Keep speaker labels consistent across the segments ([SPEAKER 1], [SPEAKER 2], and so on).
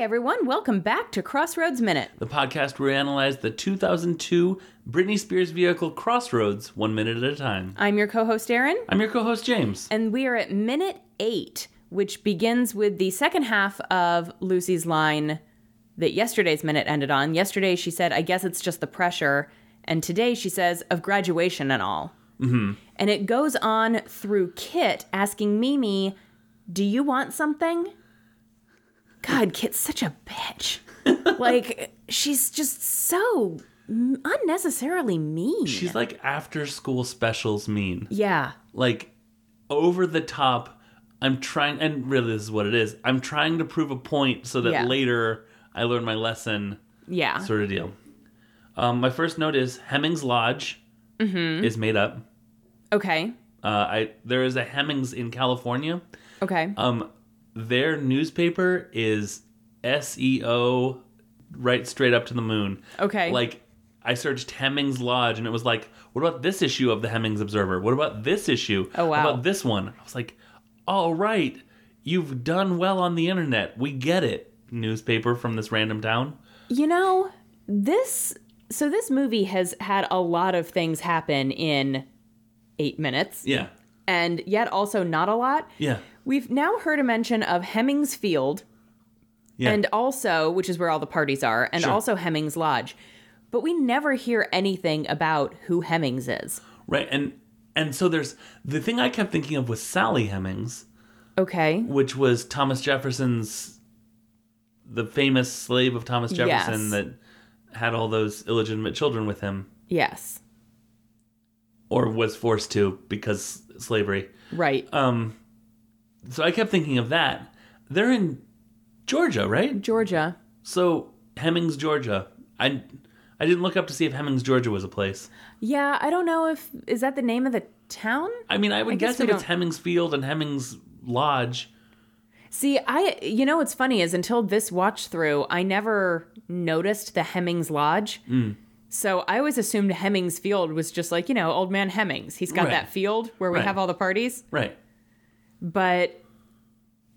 [SPEAKER 1] everyone. Welcome back to Crossroads Minute.
[SPEAKER 2] the podcast where we analyze the 2002 Britney Spears vehicle Crossroads one minute at a time.
[SPEAKER 1] I'm your co host, Erin,
[SPEAKER 2] I'm your co host, James.
[SPEAKER 1] and we are at minute eight, which begins with the second half of Lucy's line that yesterday's minute ended on. Yesterday, she said, I guess it's just the pressure. And today, she says, of graduation and all. Mm-hmm. And it goes on through Kit asking Mimi, Do you want something? God, Kit's such a bitch. like, she's just so m- unnecessarily mean.
[SPEAKER 2] She's like after school specials mean.
[SPEAKER 1] yeah.
[SPEAKER 2] Like over the top. I'm trying, and really, this is what it is. I'm trying to prove a point so that
[SPEAKER 1] Yeah.
[SPEAKER 2] later I learn my lesson,
[SPEAKER 1] Yeah.
[SPEAKER 2] sort of deal. Um, my first note is Hemmings Lodge
[SPEAKER 1] Mm-hmm.
[SPEAKER 2] is made up.
[SPEAKER 1] Okay.
[SPEAKER 2] Uh, I there is a Hemmings in California.
[SPEAKER 1] Okay.
[SPEAKER 2] Um, their newspaper is SEO, right straight up to the moon.
[SPEAKER 1] Okay.
[SPEAKER 2] Like, I searched Hemmings Lodge, and it was like, what about this issue of the Hemmings Observer? What about this issue?
[SPEAKER 1] Oh,
[SPEAKER 2] What
[SPEAKER 1] wow.
[SPEAKER 2] about this one? I was like, all right, you've done well on the internet. We get it. Newspaper from this random town.
[SPEAKER 1] You know, this so this movie has had a lot of things happen in 8 minutes
[SPEAKER 2] Yeah.
[SPEAKER 1] and yet also not a lot.
[SPEAKER 2] Yeah.
[SPEAKER 1] We've now heard a mention of Hemmings Field
[SPEAKER 2] Yeah.
[SPEAKER 1] and also, which is where all the parties are, and
[SPEAKER 2] Sure.
[SPEAKER 1] also Hemmings Lodge. But we never hear anything about who Hemmings is.
[SPEAKER 2] right. And and so there's the thing I kept thinking of was Sally Hemmings.
[SPEAKER 1] Okay.
[SPEAKER 2] which was Thomas Jefferson's the famous slave of Thomas
[SPEAKER 1] Yes.
[SPEAKER 2] Jefferson that had all those illegitimate children with him
[SPEAKER 1] Yes.
[SPEAKER 2] or was forced to because slavery.
[SPEAKER 1] Right.
[SPEAKER 2] Um so I kept thinking of that. They're in Georgia, right?
[SPEAKER 1] Georgia.
[SPEAKER 2] So Hemmings, Georgia. I I didn't look up to see if Hemmings, Georgia was a place.
[SPEAKER 1] Yeah, I don't know if is that the name of the town?
[SPEAKER 2] I mean, I would
[SPEAKER 1] guess
[SPEAKER 2] guess, if
[SPEAKER 1] we
[SPEAKER 2] it's Hemmings Field and Hemmings Lodge.
[SPEAKER 1] See, I you know what's funny is until this watch through, I never noticed the Hemmings Lodge.
[SPEAKER 2] Mm.
[SPEAKER 1] So I always assumed Hemmings Field was just like, you know, old man Hemmings. He's got
[SPEAKER 2] Right.
[SPEAKER 1] that field where we
[SPEAKER 2] Right.
[SPEAKER 1] have all the parties,
[SPEAKER 2] Right.
[SPEAKER 1] but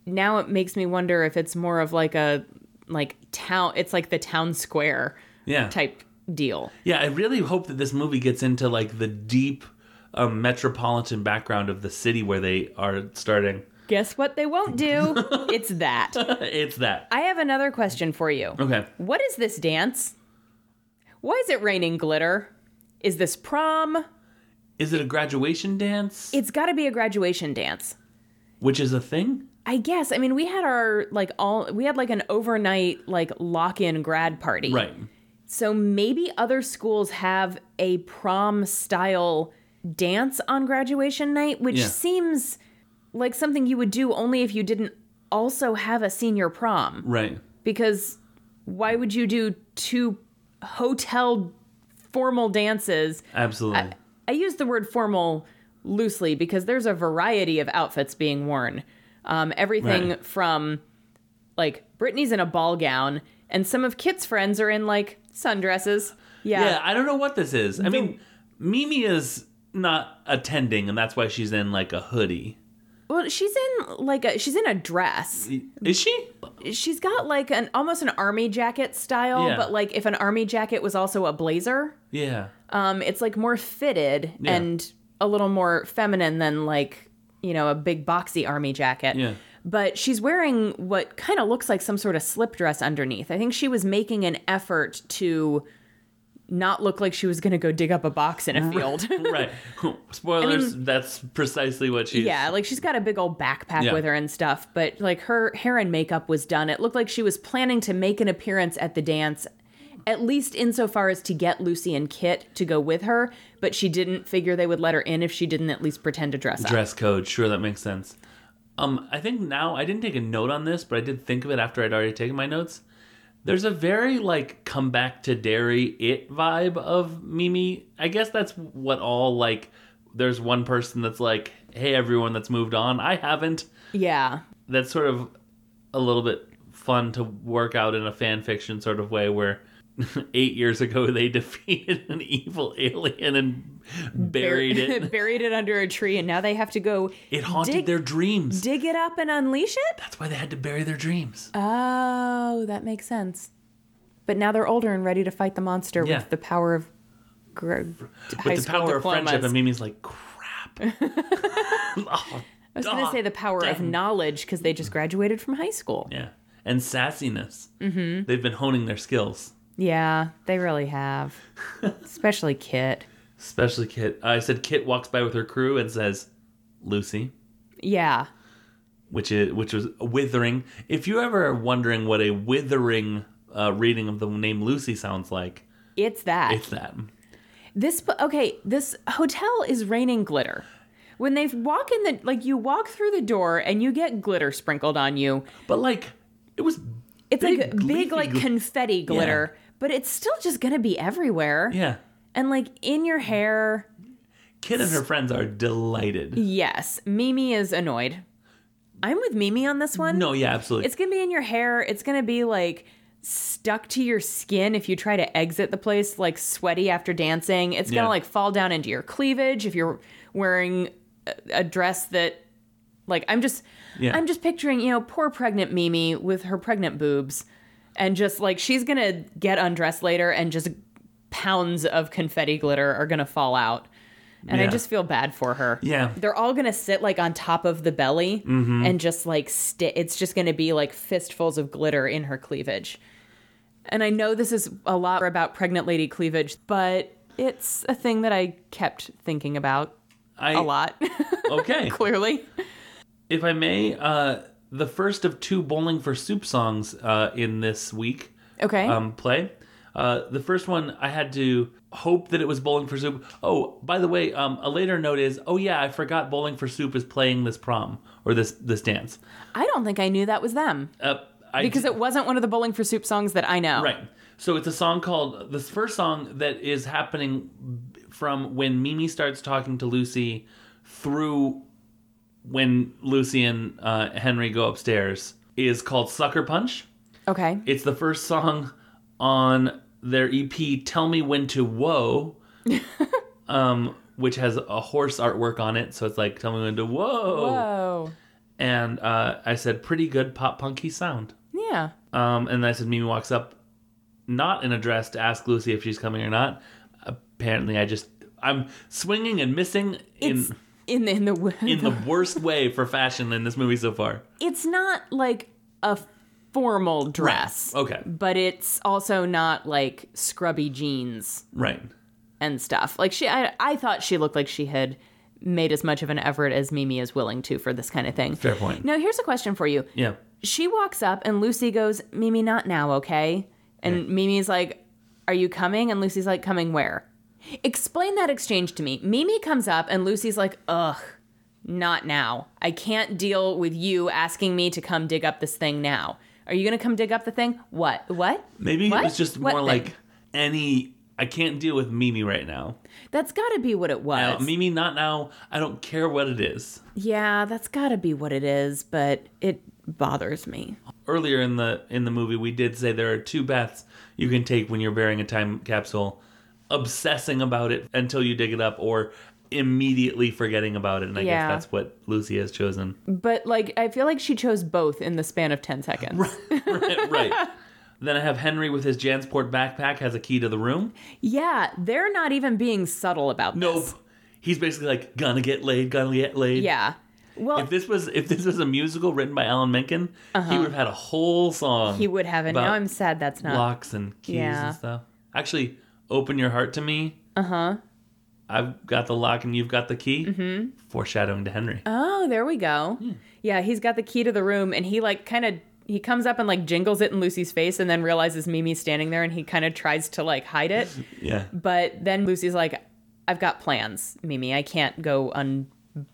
[SPEAKER 1] now it makes me wonder if it's more of like a like town it's like the town square
[SPEAKER 2] Yeah.
[SPEAKER 1] type deal.
[SPEAKER 2] Yeah, I really hope that this movie gets into like the deep um, metropolitan background of the city where they are starting.
[SPEAKER 1] Guess what they won't do? it's that.
[SPEAKER 2] it's that.
[SPEAKER 1] I have another question for you.
[SPEAKER 2] Okay.
[SPEAKER 1] What is this dance? Why is it raining glitter? Is this prom?
[SPEAKER 2] Is it a graduation dance,
[SPEAKER 1] It's got to be a graduation dance.
[SPEAKER 2] which is a thing?
[SPEAKER 1] I guess. I mean, we had our like all we had like an overnight like lock-in grad party.
[SPEAKER 2] Right.
[SPEAKER 1] So maybe other schools have a prom style dance on graduation night, which
[SPEAKER 2] Yeah.
[SPEAKER 1] seems like something you would do only if you didn't also have a senior prom
[SPEAKER 2] Right.
[SPEAKER 1] because why would you do two hotel formal dances?
[SPEAKER 2] Absolutely.
[SPEAKER 1] I uh, use the word formal loosely because there's a variety of outfits being worn. Um, everything
[SPEAKER 2] Right.
[SPEAKER 1] from like Brittany's in a ball gown, and some of Kit's friends are in like sundresses. Yeah.
[SPEAKER 2] yeah, I don't know what this is. I mean, Mimi is not attending, and that's why she's in like a hoodie.
[SPEAKER 1] Well, she's in like a she's in a dress.
[SPEAKER 2] Is she?
[SPEAKER 1] She's got like an almost an army jacket style,
[SPEAKER 2] Yeah.
[SPEAKER 1] but like if an army jacket was also a blazer.
[SPEAKER 2] Yeah.
[SPEAKER 1] Um, it's like more fitted
[SPEAKER 2] Yeah.
[SPEAKER 1] and a little more feminine than like you know a big boxy army jacket.
[SPEAKER 2] Yeah.
[SPEAKER 1] But she's wearing what kind of looks like some sort of slip dress underneath. I think she was making an effort to not look like she was going to go dig up a box in
[SPEAKER 2] Oh.
[SPEAKER 1] a field.
[SPEAKER 2] right. Spoilers. that's precisely what she's.
[SPEAKER 1] yeah, like she's got a big old backpack
[SPEAKER 2] Yeah.
[SPEAKER 1] with her and stuff, but like her hair and makeup was done. It looked like she was planning to make an appearance at the dance. At least insofar as to get Lucy and Kit to go with her, but she didn't figure they would let her in if she didn't at least pretend to dress up.
[SPEAKER 2] dress code. Sure, that makes sense. Um, I think now I didn't take a note on this, but I did think of it after I'd already taken my notes. There's a very like come back to dairy it vibe of Mimi. I guess that's what all like. There's one person that's like, "Hey, everyone that's moved on, I haven't."
[SPEAKER 1] Yeah.
[SPEAKER 2] That's sort of a little bit fun to work out in a fan fiction sort of way, where eight years ago they defeated an evil alien and buried it.
[SPEAKER 1] buried it under a tree, and now they have to go
[SPEAKER 2] It haunted
[SPEAKER 1] Dig-
[SPEAKER 2] their dreams.
[SPEAKER 1] dig it up and unleash it?
[SPEAKER 2] That's why they had to bury their dreams.
[SPEAKER 1] Oh, that makes sense. But now they're older and ready to fight the monster
[SPEAKER 2] Yeah.
[SPEAKER 1] with the power of gr- high
[SPEAKER 2] With the
[SPEAKER 1] school
[SPEAKER 2] power of
[SPEAKER 1] diplomas.
[SPEAKER 2] friendship, and Mimi's like, crap. Oh,
[SPEAKER 1] I was going to say the power of knowledge because they just graduated from high school.
[SPEAKER 2] yeah. And sassiness. Mm-hmm. They've been honing their skills.
[SPEAKER 1] Yeah, they really have. Especially Kit.
[SPEAKER 2] Especially Kit. I said Kit walks by with her crew and says, Lucy.
[SPEAKER 1] Yeah.
[SPEAKER 2] which is which was withering. If you ever are wondering what a withering uh, reading of the name Lucy sounds like,
[SPEAKER 1] It's that.
[SPEAKER 2] it's that.
[SPEAKER 1] This okay, this hotel is raining glitter. When they walk in the like you walk through the door and you get glitter sprinkled on you.
[SPEAKER 2] But like, it was
[SPEAKER 1] It's like
[SPEAKER 2] Big,
[SPEAKER 1] big
[SPEAKER 2] leafy
[SPEAKER 1] like
[SPEAKER 2] gl-
[SPEAKER 1] confetti glitter, but it's still just going to be everywhere.
[SPEAKER 2] yeah.
[SPEAKER 1] And like in your hair.
[SPEAKER 2] Kit and her friends are delighted.
[SPEAKER 1] Yes, Mimi is annoyed. I'm with Mimi on this one.
[SPEAKER 2] No, yeah, absolutely.
[SPEAKER 1] It's going to be in your hair. It's going to be like stuck to your skin if you try to exit the place like sweaty after dancing. It's going
[SPEAKER 2] Yeah.
[SPEAKER 1] to like fall down into your cleavage if you're wearing a, a dress that like I'm just
[SPEAKER 2] Yeah.
[SPEAKER 1] I'm just picturing, you know, poor pregnant Mimi with her pregnant boobs and just like she's going to get undressed later and just pounds of confetti glitter are going to fall out. And I
[SPEAKER 2] Yeah.
[SPEAKER 1] just feel bad for her
[SPEAKER 2] yeah,
[SPEAKER 1] they're all gonna sit like on top of the belly
[SPEAKER 2] Mm-hmm.
[SPEAKER 1] and just like sti It's just gonna be like fistfuls of glitter in her cleavage. And I know this is a lot about pregnant lady cleavage, but it's a thing that I kept thinking about
[SPEAKER 2] I
[SPEAKER 1] a lot.
[SPEAKER 2] okay.
[SPEAKER 1] Clearly,
[SPEAKER 2] if I may, uh, the first of two bowling for soup songs uh, in this week.
[SPEAKER 1] okay.
[SPEAKER 2] um, play. Uh, the first one, I had to hope that it was Bowling for Soup. Oh, by the way, um, a later note is, oh yeah, I forgot Bowling for Soup is playing this prom or this this dance.
[SPEAKER 1] I don't think I knew that was them
[SPEAKER 2] Uh, I
[SPEAKER 1] because it wasn't one of the Bowling for Soup songs that I know.
[SPEAKER 2] right. So it's a song called the first song that is happening from when Mimi starts talking to Lucy through when Lucy and uh, Henry go upstairs is called Sucker Punch.
[SPEAKER 1] Okay.
[SPEAKER 2] It's the first song on their EP Tell Me When to Whoa, um, which has a horse artwork on it. So it's like, Tell Me When to Whoa.
[SPEAKER 1] Whoa.
[SPEAKER 2] And uh, I said, Pretty good pop punky sound.
[SPEAKER 1] Yeah.
[SPEAKER 2] Um, and I said, Mimi walks up, not in a dress, to ask Lucy if she's coming or not. Apparently, I just, I'm swinging and missing
[SPEAKER 1] It's
[SPEAKER 2] in.
[SPEAKER 1] in the, in the
[SPEAKER 2] In the worst way for fashion in this movie so far.
[SPEAKER 1] it's not like a formal dress.
[SPEAKER 2] Okay.
[SPEAKER 1] but it's also not like scrubby jeans
[SPEAKER 2] Right.
[SPEAKER 1] and stuff. Like she, I, I thought she looked like she had made as much of an effort as Mimi is willing to for this kind of thing.
[SPEAKER 2] Fair point.
[SPEAKER 1] Now, here's a question for you.
[SPEAKER 2] Yeah.
[SPEAKER 1] She walks up and Lucy goes, "Mimi, not now, okay?" And Mimi's like, "Are you coming?" And Lucy's like, "Coming where?" Explain that exchange to me. Mimi comes up and Lucy's like, "Ugh, not now. I can't deal with you asking me to come dig up this thing now." Are you going to come dig up the thing? What? What?
[SPEAKER 2] Maybe
[SPEAKER 1] What?
[SPEAKER 2] it was just
[SPEAKER 1] What
[SPEAKER 2] more
[SPEAKER 1] thing?
[SPEAKER 2] like any. I can't deal with Mimi right now.
[SPEAKER 1] That's got to be what it
[SPEAKER 2] Uh,
[SPEAKER 1] was.
[SPEAKER 2] Mimi, not now. I don't care what it is.
[SPEAKER 1] yeah, that's got to be what it is, but it bothers me.
[SPEAKER 2] Earlier in the in the movie, we did say there are two baths you can take when you're burying a time capsule, obsessing about it until you dig it up, or immediately forgetting about it. And I
[SPEAKER 1] Yeah.
[SPEAKER 2] guess that's what Lucy has chosen.
[SPEAKER 1] But like I feel like she chose both in the span of 10 seconds.
[SPEAKER 2] right. right. Then I have Henry with his Jansport backpack has a key to the room.
[SPEAKER 1] Yeah, they're not even being subtle about
[SPEAKER 2] Nope.
[SPEAKER 1] this.
[SPEAKER 2] He's basically like gonna get laid, gonna get laid.
[SPEAKER 1] Yeah. Well,
[SPEAKER 2] If this was if this was a musical written by Alan Menken, he would have had a whole song.
[SPEAKER 1] Uh-huh. he would have and
[SPEAKER 2] about
[SPEAKER 1] now I'm sad that's not.
[SPEAKER 2] locks and keys
[SPEAKER 1] Yeah.
[SPEAKER 2] and stuff. Actually, open your heart to me. Uh huh.
[SPEAKER 1] Uh-huh.
[SPEAKER 2] I've got the lock and you've got the key. Mm-hmm. Foreshadowing to Henry.
[SPEAKER 1] Oh, there we go.
[SPEAKER 2] Hmm.
[SPEAKER 1] Yeah, he's got the key to the room and he like kind of he comes up and like jingles it in Lucy's face and then realizes Mimi's standing there and he kind of tries to like hide it.
[SPEAKER 2] yeah.
[SPEAKER 1] But then Lucy's like, I've got plans, Mimi. I can't go un-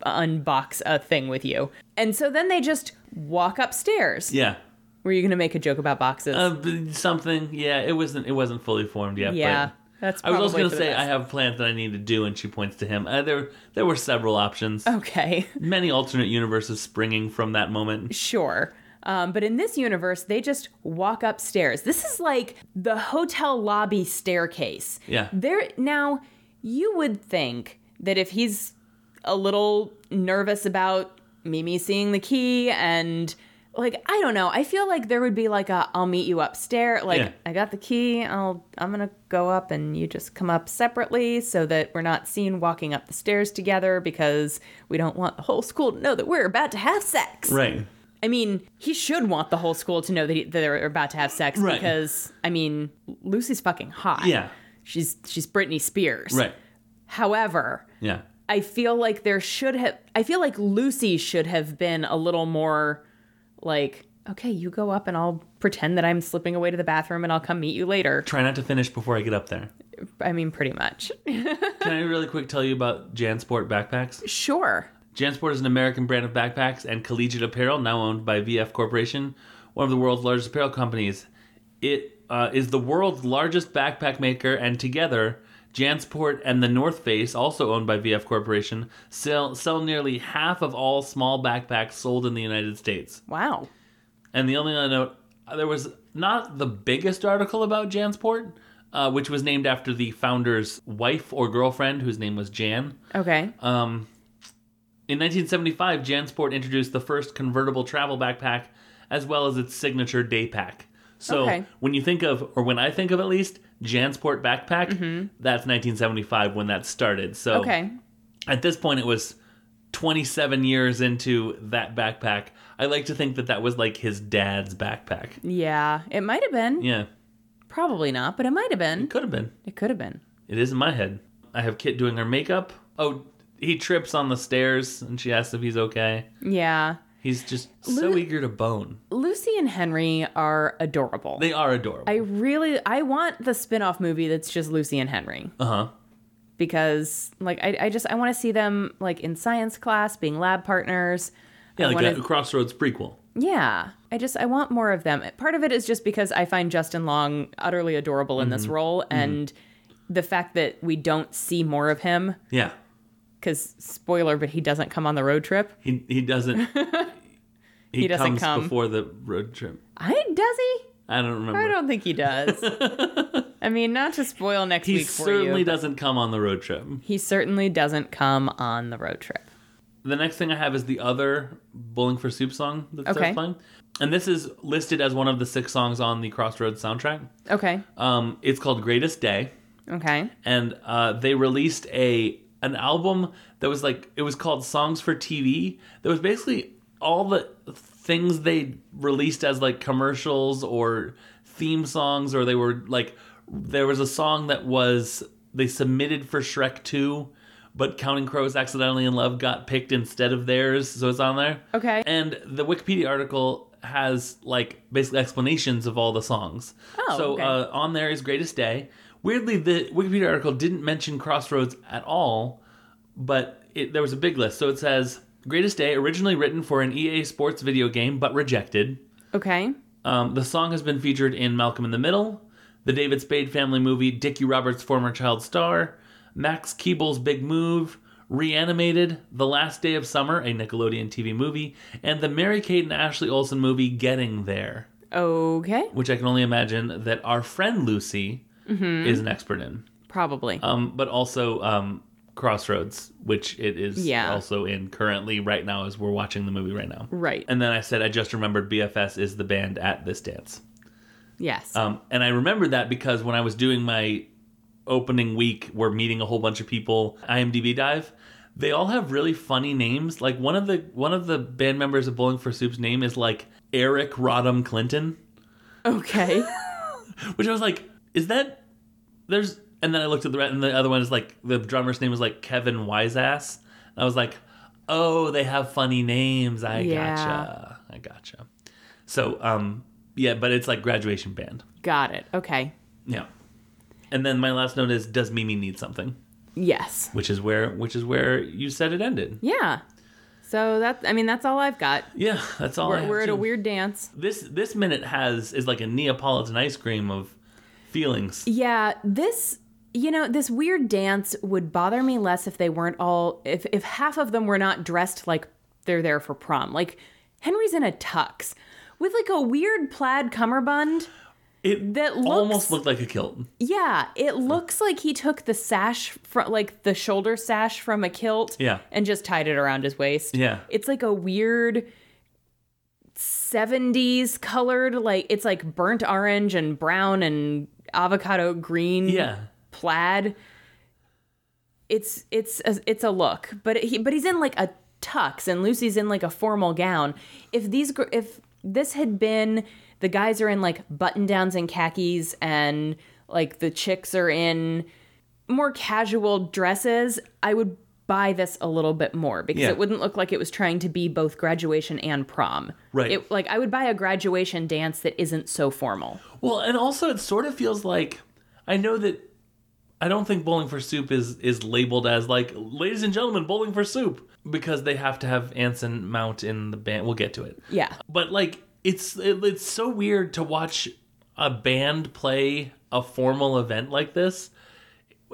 [SPEAKER 1] unbox a thing with you. And so then they just walk upstairs.
[SPEAKER 2] Yeah.
[SPEAKER 1] Were you going to make a joke about boxes?
[SPEAKER 2] Uh, b- something. Yeah. It wasn't. It wasn't fully formed yet.
[SPEAKER 1] yeah.
[SPEAKER 2] But
[SPEAKER 1] That's
[SPEAKER 2] I was also
[SPEAKER 1] probably
[SPEAKER 2] gonna
[SPEAKER 1] for the
[SPEAKER 2] say I
[SPEAKER 1] best.
[SPEAKER 2] have plans that I need to do, and she points to him. Uh, there, there
[SPEAKER 1] Oh.
[SPEAKER 2] were several options.
[SPEAKER 1] Okay,
[SPEAKER 2] Many alternate universes springing from that moment.
[SPEAKER 1] sure. Um, but in this universe, they just walk upstairs. This is like the hotel lobby staircase.
[SPEAKER 2] Yeah.
[SPEAKER 1] There now, you would think that if he's a little nervous about Mimi seeing the key and like I don't know, I feel like there would be like a I'll meet you upstairs. Like
[SPEAKER 2] Yeah.
[SPEAKER 1] I got the key. I'll I'm gonna go up and you just come up separately so that we're not seen walking up the stairs together because we don't want the whole school to know that we're about to have sex.
[SPEAKER 2] Right.
[SPEAKER 1] I mean, he should want the whole school to know that, he, that they're about to have sex
[SPEAKER 2] Right.
[SPEAKER 1] because I mean, Lucy's fucking hot.
[SPEAKER 2] Yeah.
[SPEAKER 1] She's she's Britney Spears.
[SPEAKER 2] Right.
[SPEAKER 1] However,
[SPEAKER 2] Yeah.
[SPEAKER 1] I feel like there should have I feel like Lucy should have been a little more like, okay, you go up and I'll pretend that I'm slipping away to the bathroom and I'll come meet you later.
[SPEAKER 2] Try not to finish before I get up there.
[SPEAKER 1] I mean, pretty much.
[SPEAKER 2] Can I really quick tell you about JanSport backpacks?
[SPEAKER 1] Sure.
[SPEAKER 2] JanSport is an American brand of backpacks and collegiate apparel now owned by VF Corporation, one of the world's largest apparel companies. It uh, is the world's largest backpack maker, and together, JanSport and the North Face, also owned by VF Corporation, sell, sell nearly half of all small backpacks sold in the United States.
[SPEAKER 1] Wow.
[SPEAKER 2] And the only other note, uh, there was not the biggest article about JanSport, uh, which was named after the founder's wife or girlfriend, whose name was Jan.
[SPEAKER 1] Okay.
[SPEAKER 2] Oh. In 1975, JanSport introduced the first convertible travel backpack as well as its signature day pack. So
[SPEAKER 1] Okay.
[SPEAKER 2] when you think of, or when I think of at least, JanSport backpack, that's 1975 when that started. So
[SPEAKER 1] Mm-hmm. okay.
[SPEAKER 2] at this point, it was 27 years into that backpack. I like to think that that was like his dad's backpack.
[SPEAKER 1] Yeah. It might have been.
[SPEAKER 2] Yeah,
[SPEAKER 1] Probably not, but it might have been.
[SPEAKER 2] could have been.
[SPEAKER 1] It could have been.
[SPEAKER 2] It is in my head. I have Kit doing her makeup. Oh, he trips on the stairs and she asks if he's okay.
[SPEAKER 1] Yeah.
[SPEAKER 2] He's just so eager to bone.
[SPEAKER 1] Lucy and Henry are adorable.
[SPEAKER 2] They are adorable.
[SPEAKER 1] I really I want the spin-off movie that's just Lucy and Henry.
[SPEAKER 2] Uh huh.
[SPEAKER 1] because like I, I just I want to see them like in science class being lab partners.
[SPEAKER 2] Yeah,
[SPEAKER 1] I
[SPEAKER 2] like
[SPEAKER 1] wanna-
[SPEAKER 2] a Crossroads prequel.
[SPEAKER 1] yeah. I just I want more of them. Part of it is just because I find Justin Long utterly adorable in
[SPEAKER 2] Mm-hmm.
[SPEAKER 1] this role, and the fact that we don't see more of him
[SPEAKER 2] Yeah,
[SPEAKER 1] because spoiler, but he doesn't come on the road trip.
[SPEAKER 2] he he doesn't. He,
[SPEAKER 1] doesn't
[SPEAKER 2] comes
[SPEAKER 1] come.
[SPEAKER 2] before the road trip.
[SPEAKER 1] I does he?
[SPEAKER 2] I don't remember.
[SPEAKER 1] I don't think he does. I mean, not to spoil next
[SPEAKER 2] he
[SPEAKER 1] week for
[SPEAKER 2] certainly
[SPEAKER 1] you.
[SPEAKER 2] doesn't come on the road trip.
[SPEAKER 1] he certainly doesn't come on the road trip.
[SPEAKER 2] The next thing I have is the other Bowling for Soup song that
[SPEAKER 1] Okay.
[SPEAKER 2] starts playing, and this is listed as one of the six songs on the Crossroads soundtrack.
[SPEAKER 1] Okay.
[SPEAKER 2] Um, it's called Greatest Day.
[SPEAKER 1] Okay.
[SPEAKER 2] and uh, they released a an album that was like it was called Songs for TV. That was basically all the things they released as like commercials or theme songs, or they were like there was a song that was they submitted for Shrek Two, but Counting Crows accidentally in love got picked instead of theirs, so it's on there.
[SPEAKER 1] Okay.
[SPEAKER 2] And the Wikipedia article has like basically explanations of all the songs.
[SPEAKER 1] Oh,
[SPEAKER 2] so
[SPEAKER 1] okay.
[SPEAKER 2] uh, on there is Greatest Day. Weirdly, the Wikipedia article didn't mention Crossroads at all, but it, there was a big list. So it says Greatest Day, originally written for an EA Sports video game but rejected.
[SPEAKER 1] Okay.
[SPEAKER 2] Um, the song has been featured in Malcolm in the Middle, the David Spade family movie Dickie Roberts' Former Child Star, Max Keeble's Big Move, Reanimated, The Last Day of Summer, a Nickelodeon TV movie, and the Mary Kate and Ashley Olsen movie Getting There,
[SPEAKER 1] Okay.
[SPEAKER 2] which I can only imagine that our friend Lucy is an expert in.
[SPEAKER 1] Probably.
[SPEAKER 2] Um, but also um, Crossroads, which it is
[SPEAKER 1] Yeah.
[SPEAKER 2] also in currently right now as we're watching the movie right now.
[SPEAKER 1] right.
[SPEAKER 2] And then I said, I just remembered BFS is the band at this dance.
[SPEAKER 1] Yes.
[SPEAKER 2] Um, and I remember that because when I was doing my opening week, we're meeting a whole bunch of people. IMDb dive. They all have really funny names. Like one of the one of the band members of Bowling for Soup's name is like Eric Rodham Clinton,
[SPEAKER 1] Okay.
[SPEAKER 2] which I was like, is that there's? And then I looked at the re- and the other one is like the drummer's name is like Kevin Wiseass. And I was like, oh, they have funny names. I
[SPEAKER 1] Yeah.
[SPEAKER 2] gotcha. I gotcha. So um yeah, but it's like graduation band.
[SPEAKER 1] Got it. Okay.
[SPEAKER 2] Yeah. And then my last note is does Mimi need something?
[SPEAKER 1] Yes.
[SPEAKER 2] Which is where which is where you said it ended.
[SPEAKER 1] Yeah. So that's I mean that's all I've got.
[SPEAKER 2] Yeah, that's all I
[SPEAKER 1] We're,
[SPEAKER 2] have
[SPEAKER 1] we're at a
[SPEAKER 2] too.
[SPEAKER 1] weird dance.
[SPEAKER 2] This this minute has is like a Neapolitan ice cream of feelings.
[SPEAKER 1] Yeah, this you know, this weird dance would bother me less if they weren't all if if half of them were not dressed like they're there for prom. Like Henry's in a tux, with like a weird plaid cummerbund.
[SPEAKER 2] It
[SPEAKER 1] That looks-
[SPEAKER 2] almost looked like a kilt.
[SPEAKER 1] Yeah, it looks like he took the sash from like the shoulder sash from a kilt
[SPEAKER 2] Yeah.
[SPEAKER 1] and just tied it around his waist.
[SPEAKER 2] Yeah.
[SPEAKER 1] It's like a weird 70s colored like it's like burnt orange and brown and avocado green
[SPEAKER 2] Yeah.
[SPEAKER 1] plaid. It's it's a, it's a look, but he but he's in like a tux and Lucy's in like a formal gown. If these gr- if this had been the guys are in like button downs and khakis and like the chicks are in more casual dresses, I would buy this a little bit more because
[SPEAKER 2] Yeah.
[SPEAKER 1] it wouldn't look like it was trying to be both graduation and prom.
[SPEAKER 2] Right.
[SPEAKER 1] It, like I would buy a graduation dance that isn't so formal.
[SPEAKER 2] Well, and also it sort of feels like I know that I don't think bowling for soup is is labeled as like ladies and gentlemen bowling for soup because they have to have Anson Mount in the band. We'll get to it.
[SPEAKER 1] Yeah.
[SPEAKER 2] But like it's it, it's so weird to watch a band play a formal event like this.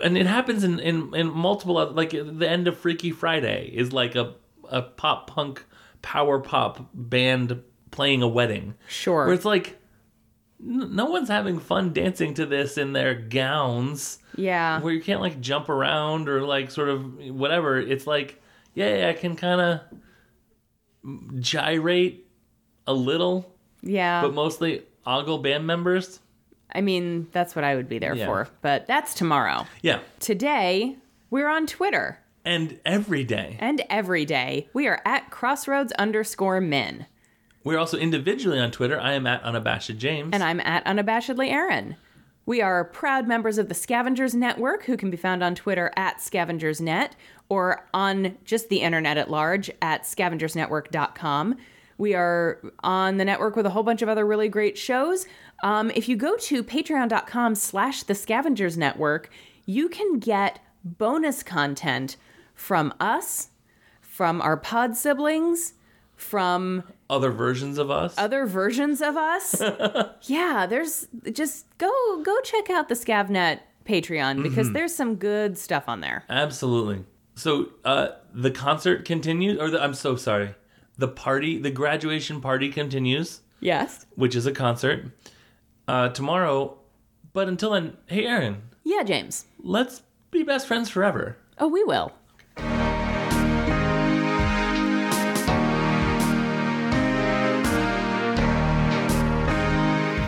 [SPEAKER 2] And it happens in in, in multiple oth- like the end of Freaky Friday is like a a pop punk power pop band playing a wedding.
[SPEAKER 1] Sure.
[SPEAKER 2] Where it's like n- no one's having fun dancing to this in their gowns
[SPEAKER 1] yeah.
[SPEAKER 2] where you can't like jump around or like sort of whatever. It's like, yeah, I can kind of gyrate a little,
[SPEAKER 1] yeah.
[SPEAKER 2] but mostly ogle band members.
[SPEAKER 1] I mean, that's what I would be there
[SPEAKER 2] Yeah.
[SPEAKER 1] for, but that's tomorrow.
[SPEAKER 2] Yeah.
[SPEAKER 1] Today, we're on Twitter
[SPEAKER 2] And every day.
[SPEAKER 1] and every day. We are at crossroads underscore men,
[SPEAKER 2] We're also individually on Twitter. I am at Unabashed James.
[SPEAKER 1] and I'm at unabashedly Aaron. We are proud members of the Scavengers Network, who can be found on Twitter at scavengersnet or on just the internet at large at scavengersnetwork.com. We are on the network with a whole bunch of other really great shows. Um, if you go to patreon.com slash the scavengers network, you can get bonus content from us, from our pod siblings, from
[SPEAKER 2] Other versions of us.
[SPEAKER 1] other versions of us. yeah, there's just go go check out the Scavnet Patreon because there's some good stuff on there.
[SPEAKER 2] Absolutely. So uh, the concert continues, or the, I'm so sorry. The party, the graduation party continues.
[SPEAKER 1] Yes.
[SPEAKER 2] which is a concert uh, tomorrow. But until then, hey Aaron,
[SPEAKER 1] Yeah, James.
[SPEAKER 2] let's be best friends forever.
[SPEAKER 1] Oh, we will.